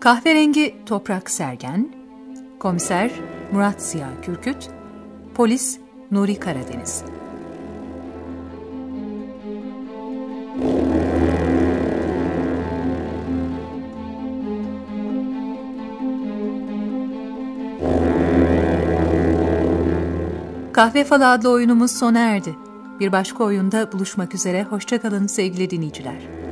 S2: Kahverengi Toprak Sergen, Komiser Murat Siyah Kürküt, Polis Nuri Karadeniz. Kahve Falı adlı oyunumuz sona erdi. Bir başka oyunda buluşmak üzere, hoşçakalın sevgili dinleyiciler.